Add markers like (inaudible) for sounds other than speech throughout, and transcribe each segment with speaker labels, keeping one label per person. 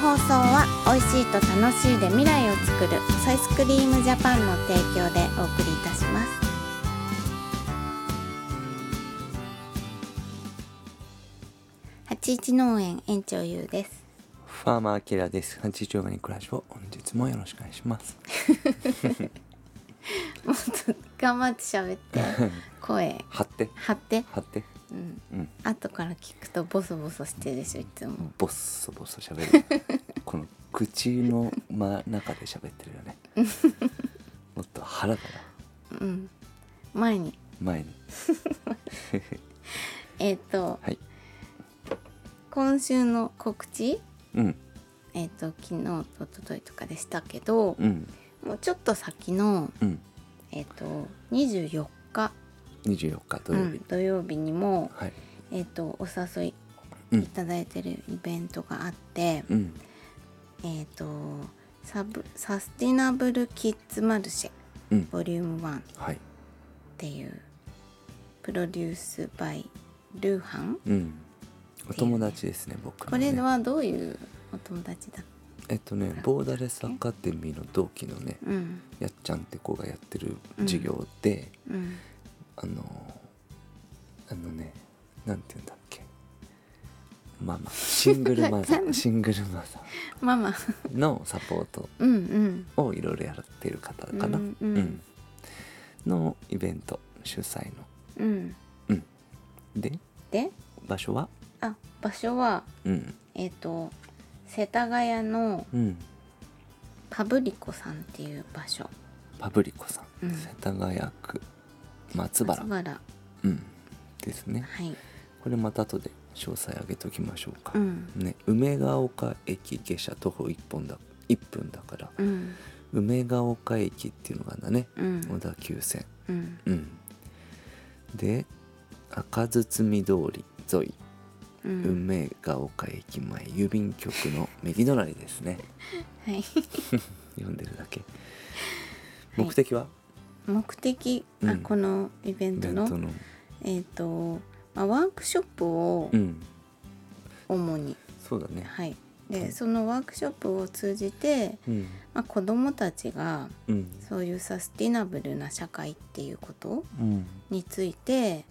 Speaker 1: 放送は「美味しいと楽しい」で未来を作る「ソイスクリームジャパン」の提供でお送りいたします。八一農園園長ゆうです。 (laughs)
Speaker 2: ファーマーキラーです。八丁ガニ暮らしを本日もよろしくお願いし
Speaker 1: (laughs)
Speaker 2: ます。
Speaker 1: もっと頑張って喋って声
Speaker 2: 張って、
Speaker 1: 張って、
Speaker 2: 張って、
Speaker 1: うん、
Speaker 2: うん、
Speaker 1: 後から聞くとボソボソしてるでしょいつも。
Speaker 2: ボッソボソ喋る。
Speaker 1: (laughs)
Speaker 2: この口の真中で喋ってるよ
Speaker 1: (laughs)
Speaker 2: ね。もっと腹から
Speaker 1: うん、前に
Speaker 2: 前に。
Speaker 1: えっ、と
Speaker 2: はい。
Speaker 1: 今週の告知
Speaker 2: うん、
Speaker 1: えっ、と昨日と一昨日とかでしたけど、
Speaker 2: うん、
Speaker 1: もうちょっと先の
Speaker 2: うん。
Speaker 1: えっ、と24日
Speaker 2: 二十四日土曜日。
Speaker 1: うん、土曜日にも
Speaker 2: はい。
Speaker 1: えっ、とお誘い
Speaker 2: うん
Speaker 1: いただいてるイベントがあって、
Speaker 2: うん、
Speaker 1: えっ、とサブサスティナブルキッズマルシェ
Speaker 2: うん、
Speaker 1: ボリューム1っ
Speaker 2: はい。
Speaker 1: ていうプロデュースバイルーハン
Speaker 2: うん。お友達ですね、僕
Speaker 1: こ
Speaker 2: の、ね。
Speaker 1: れはどういうお友達だ
Speaker 2: えっとね、ボーダレスアカデミーの同期のね、
Speaker 1: うん
Speaker 2: やっちゃんって子がやってる授業で。
Speaker 1: うん
Speaker 2: あのあのねなんて言うんだっけママシングルマザーシングルマザ
Speaker 1: ママ
Speaker 2: ーのサポート
Speaker 1: (laughs) うんうん
Speaker 2: をいろいろやってる方かな、
Speaker 1: うんうん
Speaker 2: のイベント主催の
Speaker 1: うん
Speaker 2: で
Speaker 1: で
Speaker 2: 場所は
Speaker 1: あ場所は
Speaker 2: うん
Speaker 1: えっ、と世田谷の
Speaker 2: うん
Speaker 1: パブリコさんっていう場所
Speaker 2: パブリコさん、
Speaker 1: うん
Speaker 2: 世田谷区松原うんですね
Speaker 1: はい
Speaker 2: これまた後で詳細上げときましょうか、
Speaker 1: うん
Speaker 2: ね梅ヶ丘駅下車徒歩1本だ1分だから
Speaker 1: うん
Speaker 2: 梅ヶ丘駅っていうのがあるんだね
Speaker 1: うん
Speaker 2: 小田急線
Speaker 1: うん
Speaker 2: うんで赤堤通り沿い
Speaker 1: うん
Speaker 2: 梅ヶ丘駅前郵便局の右隣ですね
Speaker 1: はい
Speaker 2: 読んでるだけ目的は、
Speaker 1: 目的あ、
Speaker 2: うん
Speaker 1: このイベ
Speaker 2: イ
Speaker 1: ン
Speaker 2: ベ
Speaker 1: ト
Speaker 2: ン
Speaker 1: の
Speaker 2: トの
Speaker 1: えっ、と、まあ、ワークショップを
Speaker 2: うん
Speaker 1: 主に、
Speaker 2: そうだね
Speaker 1: はいでそのワークショップを通じて、
Speaker 2: うん
Speaker 1: まあ、子どもたちが
Speaker 2: うん
Speaker 1: そういうサスティナブルな社会っていうこと
Speaker 2: うん
Speaker 1: について、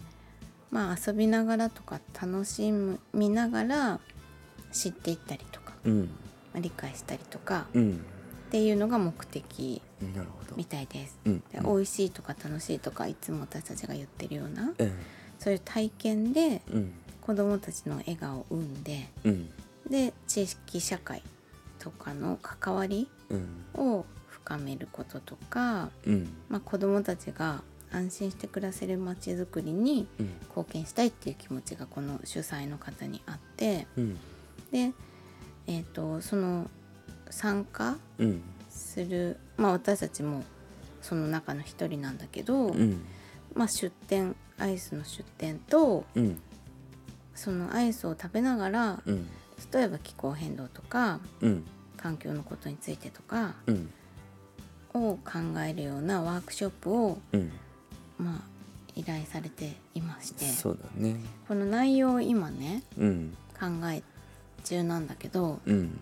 Speaker 1: まあ、遊びながらとか楽しみながら知っていったりとか、
Speaker 2: うん
Speaker 1: まあ理解したりとか
Speaker 2: うん
Speaker 1: っていうのが目的
Speaker 2: なるほど
Speaker 1: みたいです。
Speaker 2: うん
Speaker 1: で美味しいとか楽しいとかいつも私たちが言ってるような
Speaker 2: うん
Speaker 1: そういう体験で
Speaker 2: うん
Speaker 1: 子どもたちの笑顔を生んで
Speaker 2: うん
Speaker 1: で知識社会とかの関わり
Speaker 2: うん
Speaker 1: を深めることとか、
Speaker 2: うん
Speaker 1: まあ、子どもたちが安心して暮らせるまちづくりに
Speaker 2: うん
Speaker 1: 貢献したいっていう気持ちがこの主催の方にあって
Speaker 2: うん
Speaker 1: で、えー、とその参加
Speaker 2: うん
Speaker 1: する、まあ、私たちもその中の一人なんだけど、
Speaker 2: うん
Speaker 1: まあ、出店アイスの出店と
Speaker 2: うん
Speaker 1: そのアイスを食べながら
Speaker 2: うん
Speaker 1: 例えば気候変動とか
Speaker 2: うん
Speaker 1: 環境のことについてとか
Speaker 2: うん
Speaker 1: を考えるようなワークショップを、
Speaker 2: うん
Speaker 1: まあ、依頼されていまして
Speaker 2: そうだね
Speaker 1: この内容を今ね
Speaker 2: うん
Speaker 1: 考え中なんだけど、
Speaker 2: うん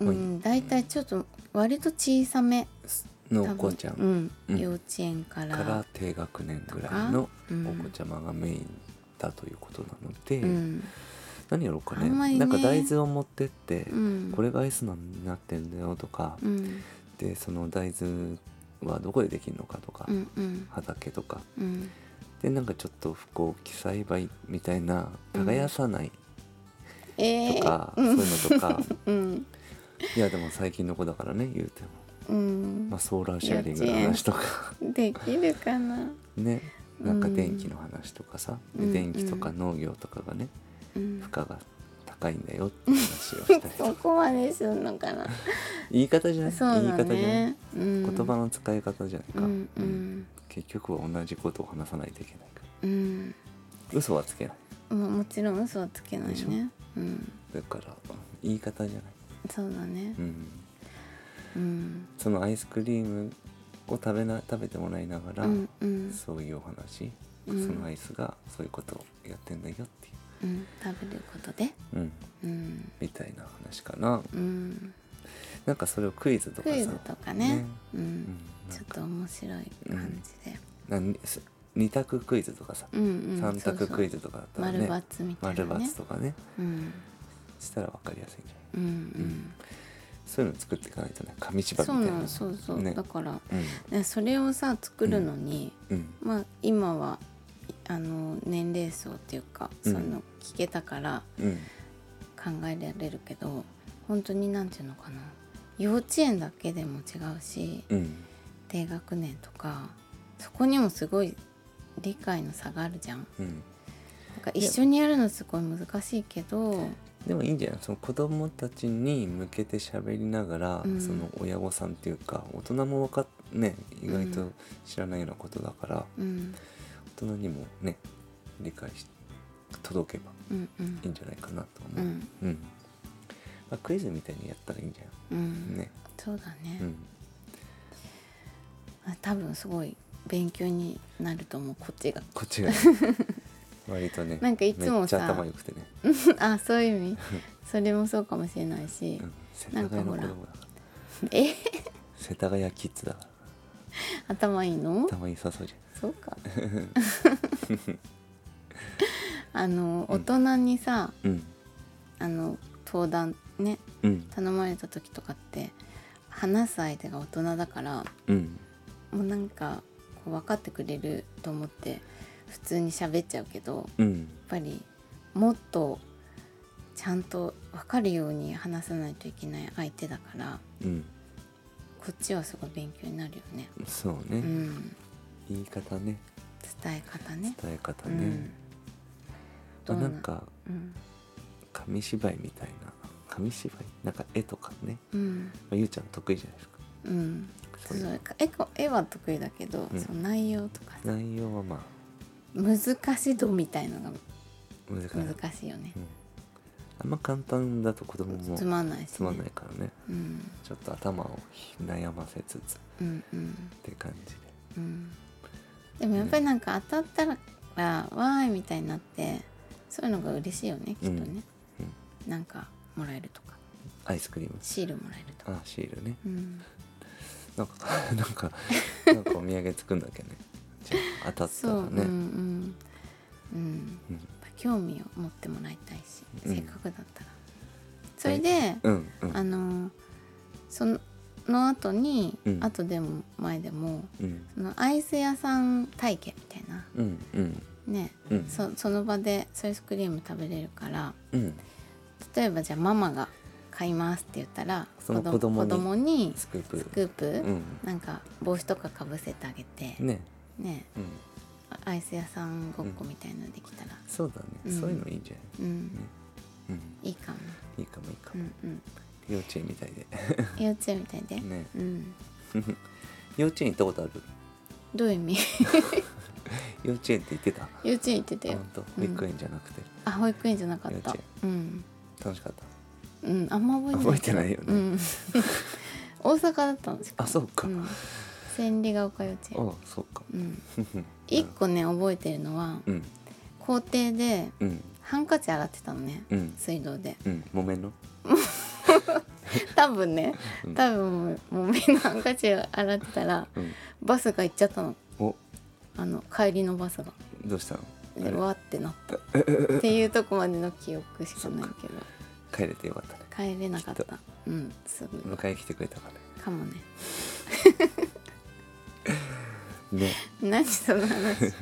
Speaker 1: う
Speaker 2: はい
Speaker 1: ん、大体ちょっと割と小さめ
Speaker 2: の
Speaker 1: 多
Speaker 2: お子
Speaker 1: 分
Speaker 2: ちゃん
Speaker 1: うん
Speaker 2: うん
Speaker 1: 幼稚園から
Speaker 2: から低学年ぐらいの
Speaker 1: うん
Speaker 2: お子ちゃまがメインだということなので、
Speaker 1: うん
Speaker 2: 何やろうか
Speaker 1: あ
Speaker 2: ね
Speaker 1: んまりね
Speaker 2: なんか大豆を持ってって、
Speaker 1: うん、
Speaker 2: これがアイスなんになってんだよとか、
Speaker 1: うん
Speaker 2: でその大豆はどこでできるのかとか、
Speaker 1: うんうん
Speaker 2: 畑とか
Speaker 1: うん
Speaker 2: でなんかちょっと不幸記栽培みたいな耕さない
Speaker 1: え
Speaker 2: と
Speaker 1: ー
Speaker 2: か、そういうのとか
Speaker 1: うん
Speaker 2: いやでも最近の子だからね言うて
Speaker 1: う
Speaker 2: も、
Speaker 1: ん
Speaker 2: まあ、ソーラーシェアリングの話とか。
Speaker 1: できるかな、
Speaker 2: ねなんか
Speaker 1: うん
Speaker 2: 電気の話とかさ、で
Speaker 1: うん
Speaker 2: 電気とか農業とかがね、
Speaker 1: うん
Speaker 2: 負荷が高いんだよって話をしたりと
Speaker 1: そ
Speaker 2: か
Speaker 1: こまですんのかな
Speaker 2: 言い方じゃない、
Speaker 1: そう
Speaker 2: 言い
Speaker 1: だ
Speaker 2: 方じゃない
Speaker 1: ね、うん、
Speaker 2: 言葉の使い方じゃないか、
Speaker 1: うんう
Speaker 2: うん
Speaker 1: ん
Speaker 2: 結局は同じことを話さないといけないから
Speaker 1: うん、
Speaker 2: 嘘はつけない
Speaker 1: まあ、もちろん嘘はつけない
Speaker 2: でしょ
Speaker 1: ねうん
Speaker 2: だから言い方じゃない、
Speaker 1: そうだね
Speaker 2: うん、
Speaker 1: うん
Speaker 2: そのアイスクリームを食べな食べてもらいなが
Speaker 1: う
Speaker 2: ら、
Speaker 1: んうん
Speaker 2: そういうお話、
Speaker 1: うん
Speaker 2: そのアイスがそういうことをやってんだよってい
Speaker 1: う
Speaker 2: う
Speaker 1: ん、食べることで、
Speaker 2: うん、
Speaker 1: うん
Speaker 2: みたいな話かな
Speaker 1: うん、
Speaker 2: なんかそれをクイズとか
Speaker 1: ク
Speaker 2: さ
Speaker 1: イズとかね
Speaker 2: ね
Speaker 1: う、
Speaker 2: うんん
Speaker 1: ちょっと面白い感じで、
Speaker 2: なんす二択クイズとかさ、
Speaker 1: うんうん、
Speaker 2: 三択クイ
Speaker 1: ズ
Speaker 2: ズとかだったら
Speaker 1: 丸
Speaker 2: ね
Speaker 1: ×みたい
Speaker 2: 丸
Speaker 1: なね
Speaker 2: ×とかね
Speaker 1: うん
Speaker 2: したらわかりやすいんじゃ
Speaker 1: うん
Speaker 2: ない
Speaker 1: うん
Speaker 2: そういうの作っていかないとね紙芝居
Speaker 1: そう
Speaker 2: み
Speaker 1: な
Speaker 2: たいな
Speaker 1: のそうそう、
Speaker 2: ね
Speaker 1: だから、
Speaker 2: うん
Speaker 1: ね、それをさ作るのに、
Speaker 2: うん
Speaker 1: まあ今はあの年齢層っていうか
Speaker 2: う
Speaker 1: そ
Speaker 2: ん
Speaker 1: ういうの聞けたから
Speaker 2: うん
Speaker 1: 考えられるけど、本当になんていうのかな幼稚園だけでも違うし
Speaker 2: うん
Speaker 1: 低学年とかそこにもすごい理解の差があるじゃん。
Speaker 2: うん
Speaker 1: なんか一緒にやるのすごい難しいけど、
Speaker 2: でもいいんじゃないその子供たちに向けて喋りながら、
Speaker 1: うん
Speaker 2: その親御さんっていうか大人もわかっね意外
Speaker 1: う
Speaker 2: と
Speaker 1: ん
Speaker 2: 知らないようなことだから、
Speaker 1: うん、
Speaker 2: 大人にもね理解し届けば
Speaker 1: うんうん
Speaker 2: いいんじゃないかなと
Speaker 1: う
Speaker 2: 思う、
Speaker 1: ん
Speaker 2: うんまあ、クイズみたいにやったらいいんじゃ
Speaker 1: うんん、
Speaker 2: ね、
Speaker 1: そうだね、
Speaker 2: うん、
Speaker 1: あ多分すごい勉強になると思うこっちが
Speaker 2: こっ
Speaker 1: (laughs)
Speaker 2: ちがね割とね
Speaker 1: なんかいつもさ
Speaker 2: めっちゃ頭良くてね、
Speaker 1: あそういう意味それもそうかもしれないし
Speaker 2: うん、世田谷の子供だから
Speaker 1: え
Speaker 2: 世田谷キッズだから
Speaker 1: 頭いいの
Speaker 2: 頭良さそうじゃん
Speaker 1: そうかあの大人にさ
Speaker 2: うん
Speaker 1: あの登壇ね
Speaker 2: うん
Speaker 1: 頼まれた時とかって話す相手が大人だから
Speaker 2: うん
Speaker 1: もうなんかこう分かってくれると思って普通に喋っちゃうけどやっ
Speaker 2: うん
Speaker 1: ぱりもっとちゃんと分かるように話さないといけない相手だから
Speaker 2: うん
Speaker 1: こっちはすごい勉強になるよね。
Speaker 2: そう
Speaker 1: う
Speaker 2: ね、
Speaker 1: ん、
Speaker 2: 言い方ね
Speaker 1: 伝え方ね。
Speaker 2: 伝え
Speaker 1: う
Speaker 2: 方ね
Speaker 1: ん、
Speaker 2: まあ
Speaker 1: どう
Speaker 2: な
Speaker 1: なん
Speaker 2: か
Speaker 1: うん、
Speaker 2: 紙芝居みたいな紙芝居なんか絵とかね、
Speaker 1: うん、
Speaker 2: まあ、ゆうちゃん得意じゃないですか
Speaker 1: うん、
Speaker 2: そういうの
Speaker 1: そう絵こ絵は得意だけど、
Speaker 2: うん
Speaker 1: その内容とかさ
Speaker 2: 内容はまあ
Speaker 1: 難し度みたいのが
Speaker 2: 難しい、うん、
Speaker 1: 難しいよね。
Speaker 2: あんま簡単だと子供も
Speaker 1: つまんないし、ね。
Speaker 2: つまんないからね
Speaker 1: うん、
Speaker 2: ちょっと頭を悩ませつつっ
Speaker 1: うん、うん。
Speaker 2: て感じで
Speaker 1: うんでもやっぱりなんか当たったら「わーい」みたいになってそういうのが嬉しいよねきっとね、
Speaker 2: うん
Speaker 1: なんかもらえるとか
Speaker 2: アイスクリーム
Speaker 1: シールもらえるとか、
Speaker 2: あシールね
Speaker 1: うん、
Speaker 2: なんかなんかなんかお土産作んだけねじゃあ当たった
Speaker 1: そ
Speaker 2: ら
Speaker 1: う、
Speaker 2: ね
Speaker 1: うんうんうん
Speaker 2: う
Speaker 1: や
Speaker 2: ん
Speaker 1: っぱ興味を持ってもらいたいし、
Speaker 2: うん
Speaker 1: せっかくだったらそれで、
Speaker 2: うんうん
Speaker 1: あのその後に、
Speaker 2: うん
Speaker 1: 後でも前でも
Speaker 2: うん
Speaker 1: そのアイス屋さん体験みたいな
Speaker 2: うんうん
Speaker 1: ね、
Speaker 2: うん
Speaker 1: そその場でソイスクリーム食べれるから、
Speaker 2: うん
Speaker 1: 例えばじゃあママが買いますって言ったら
Speaker 2: その子供に
Speaker 1: 子供に
Speaker 2: スクープ
Speaker 1: スクープ、
Speaker 2: うん
Speaker 1: なんか帽子とかかぶせてあげて、
Speaker 2: ね
Speaker 1: ね
Speaker 2: うん
Speaker 1: アイス屋さんごっこみたいなのできたら、
Speaker 2: そうだね、
Speaker 1: うん
Speaker 2: そういうのいいんじゃない
Speaker 1: うん
Speaker 2: ねうん
Speaker 1: いいかも、
Speaker 2: いいかもいいか
Speaker 1: う
Speaker 2: も、
Speaker 1: んうん、
Speaker 2: 幼稚園みたいで
Speaker 1: 幼稚園みたいで、
Speaker 2: ね
Speaker 1: うん、
Speaker 2: 幼稚園行ったことある
Speaker 1: どういう意味 (laughs)
Speaker 2: 幼稚園って言ってた
Speaker 1: 幼稚園行ってたよ
Speaker 2: 本当
Speaker 1: う
Speaker 2: 保
Speaker 1: ん
Speaker 2: 育園じゃなくて、
Speaker 1: あ保育園じゃなかっ
Speaker 2: 幼
Speaker 1: た
Speaker 2: 稚
Speaker 1: うん、
Speaker 2: 楽しかった
Speaker 1: うん、あんま覚えてない
Speaker 2: 覚えてないよね、
Speaker 1: うん (laughs) 大阪だったんです
Speaker 2: あそうか、
Speaker 1: ん、千里ヶ丘幼稚園
Speaker 2: あそうか
Speaker 1: うん
Speaker 2: (laughs) うん
Speaker 1: 一個ね覚えてるのは
Speaker 2: うん
Speaker 1: 校庭で
Speaker 2: うん
Speaker 1: ハンカチ洗ってたのね、
Speaker 2: うん
Speaker 1: 水道で (laughs)
Speaker 2: うん木綿の
Speaker 1: 多分ね
Speaker 2: うん
Speaker 1: 多分もうみんなハンカチ洗ってたら
Speaker 2: うん
Speaker 1: バスが行っちゃったの
Speaker 2: お
Speaker 1: あの帰りのバスが
Speaker 2: どうしたの
Speaker 1: で
Speaker 2: あれ
Speaker 1: わってなったっていうとこまでの記憶しかないけど
Speaker 2: 帰れてよかったね
Speaker 1: 帰れなかっ
Speaker 2: き
Speaker 1: たうんすぐ
Speaker 2: 迎えに来てくれたか
Speaker 1: かもね (laughs)
Speaker 2: らね
Speaker 1: 何その話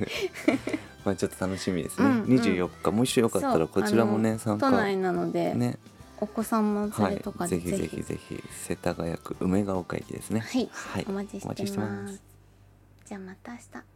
Speaker 2: まあちょっと楽しみです
Speaker 1: う
Speaker 2: ね、
Speaker 1: んうん
Speaker 2: 24日も (laughs) しよかった
Speaker 1: そ
Speaker 2: ら
Speaker 1: う
Speaker 2: こちらも
Speaker 1: あ
Speaker 2: ね
Speaker 1: の
Speaker 2: 参
Speaker 1: 都内
Speaker 2: 加
Speaker 1: なので、
Speaker 2: ね
Speaker 1: お子さんも
Speaker 2: は
Speaker 1: 連
Speaker 2: い
Speaker 1: れとかで
Speaker 2: ぜひぜひぜひ世田谷区梅ヶ丘駅ですね
Speaker 1: はい、
Speaker 2: はい
Speaker 1: お待ちしてます
Speaker 2: お待ちしてます
Speaker 1: じゃあまた明日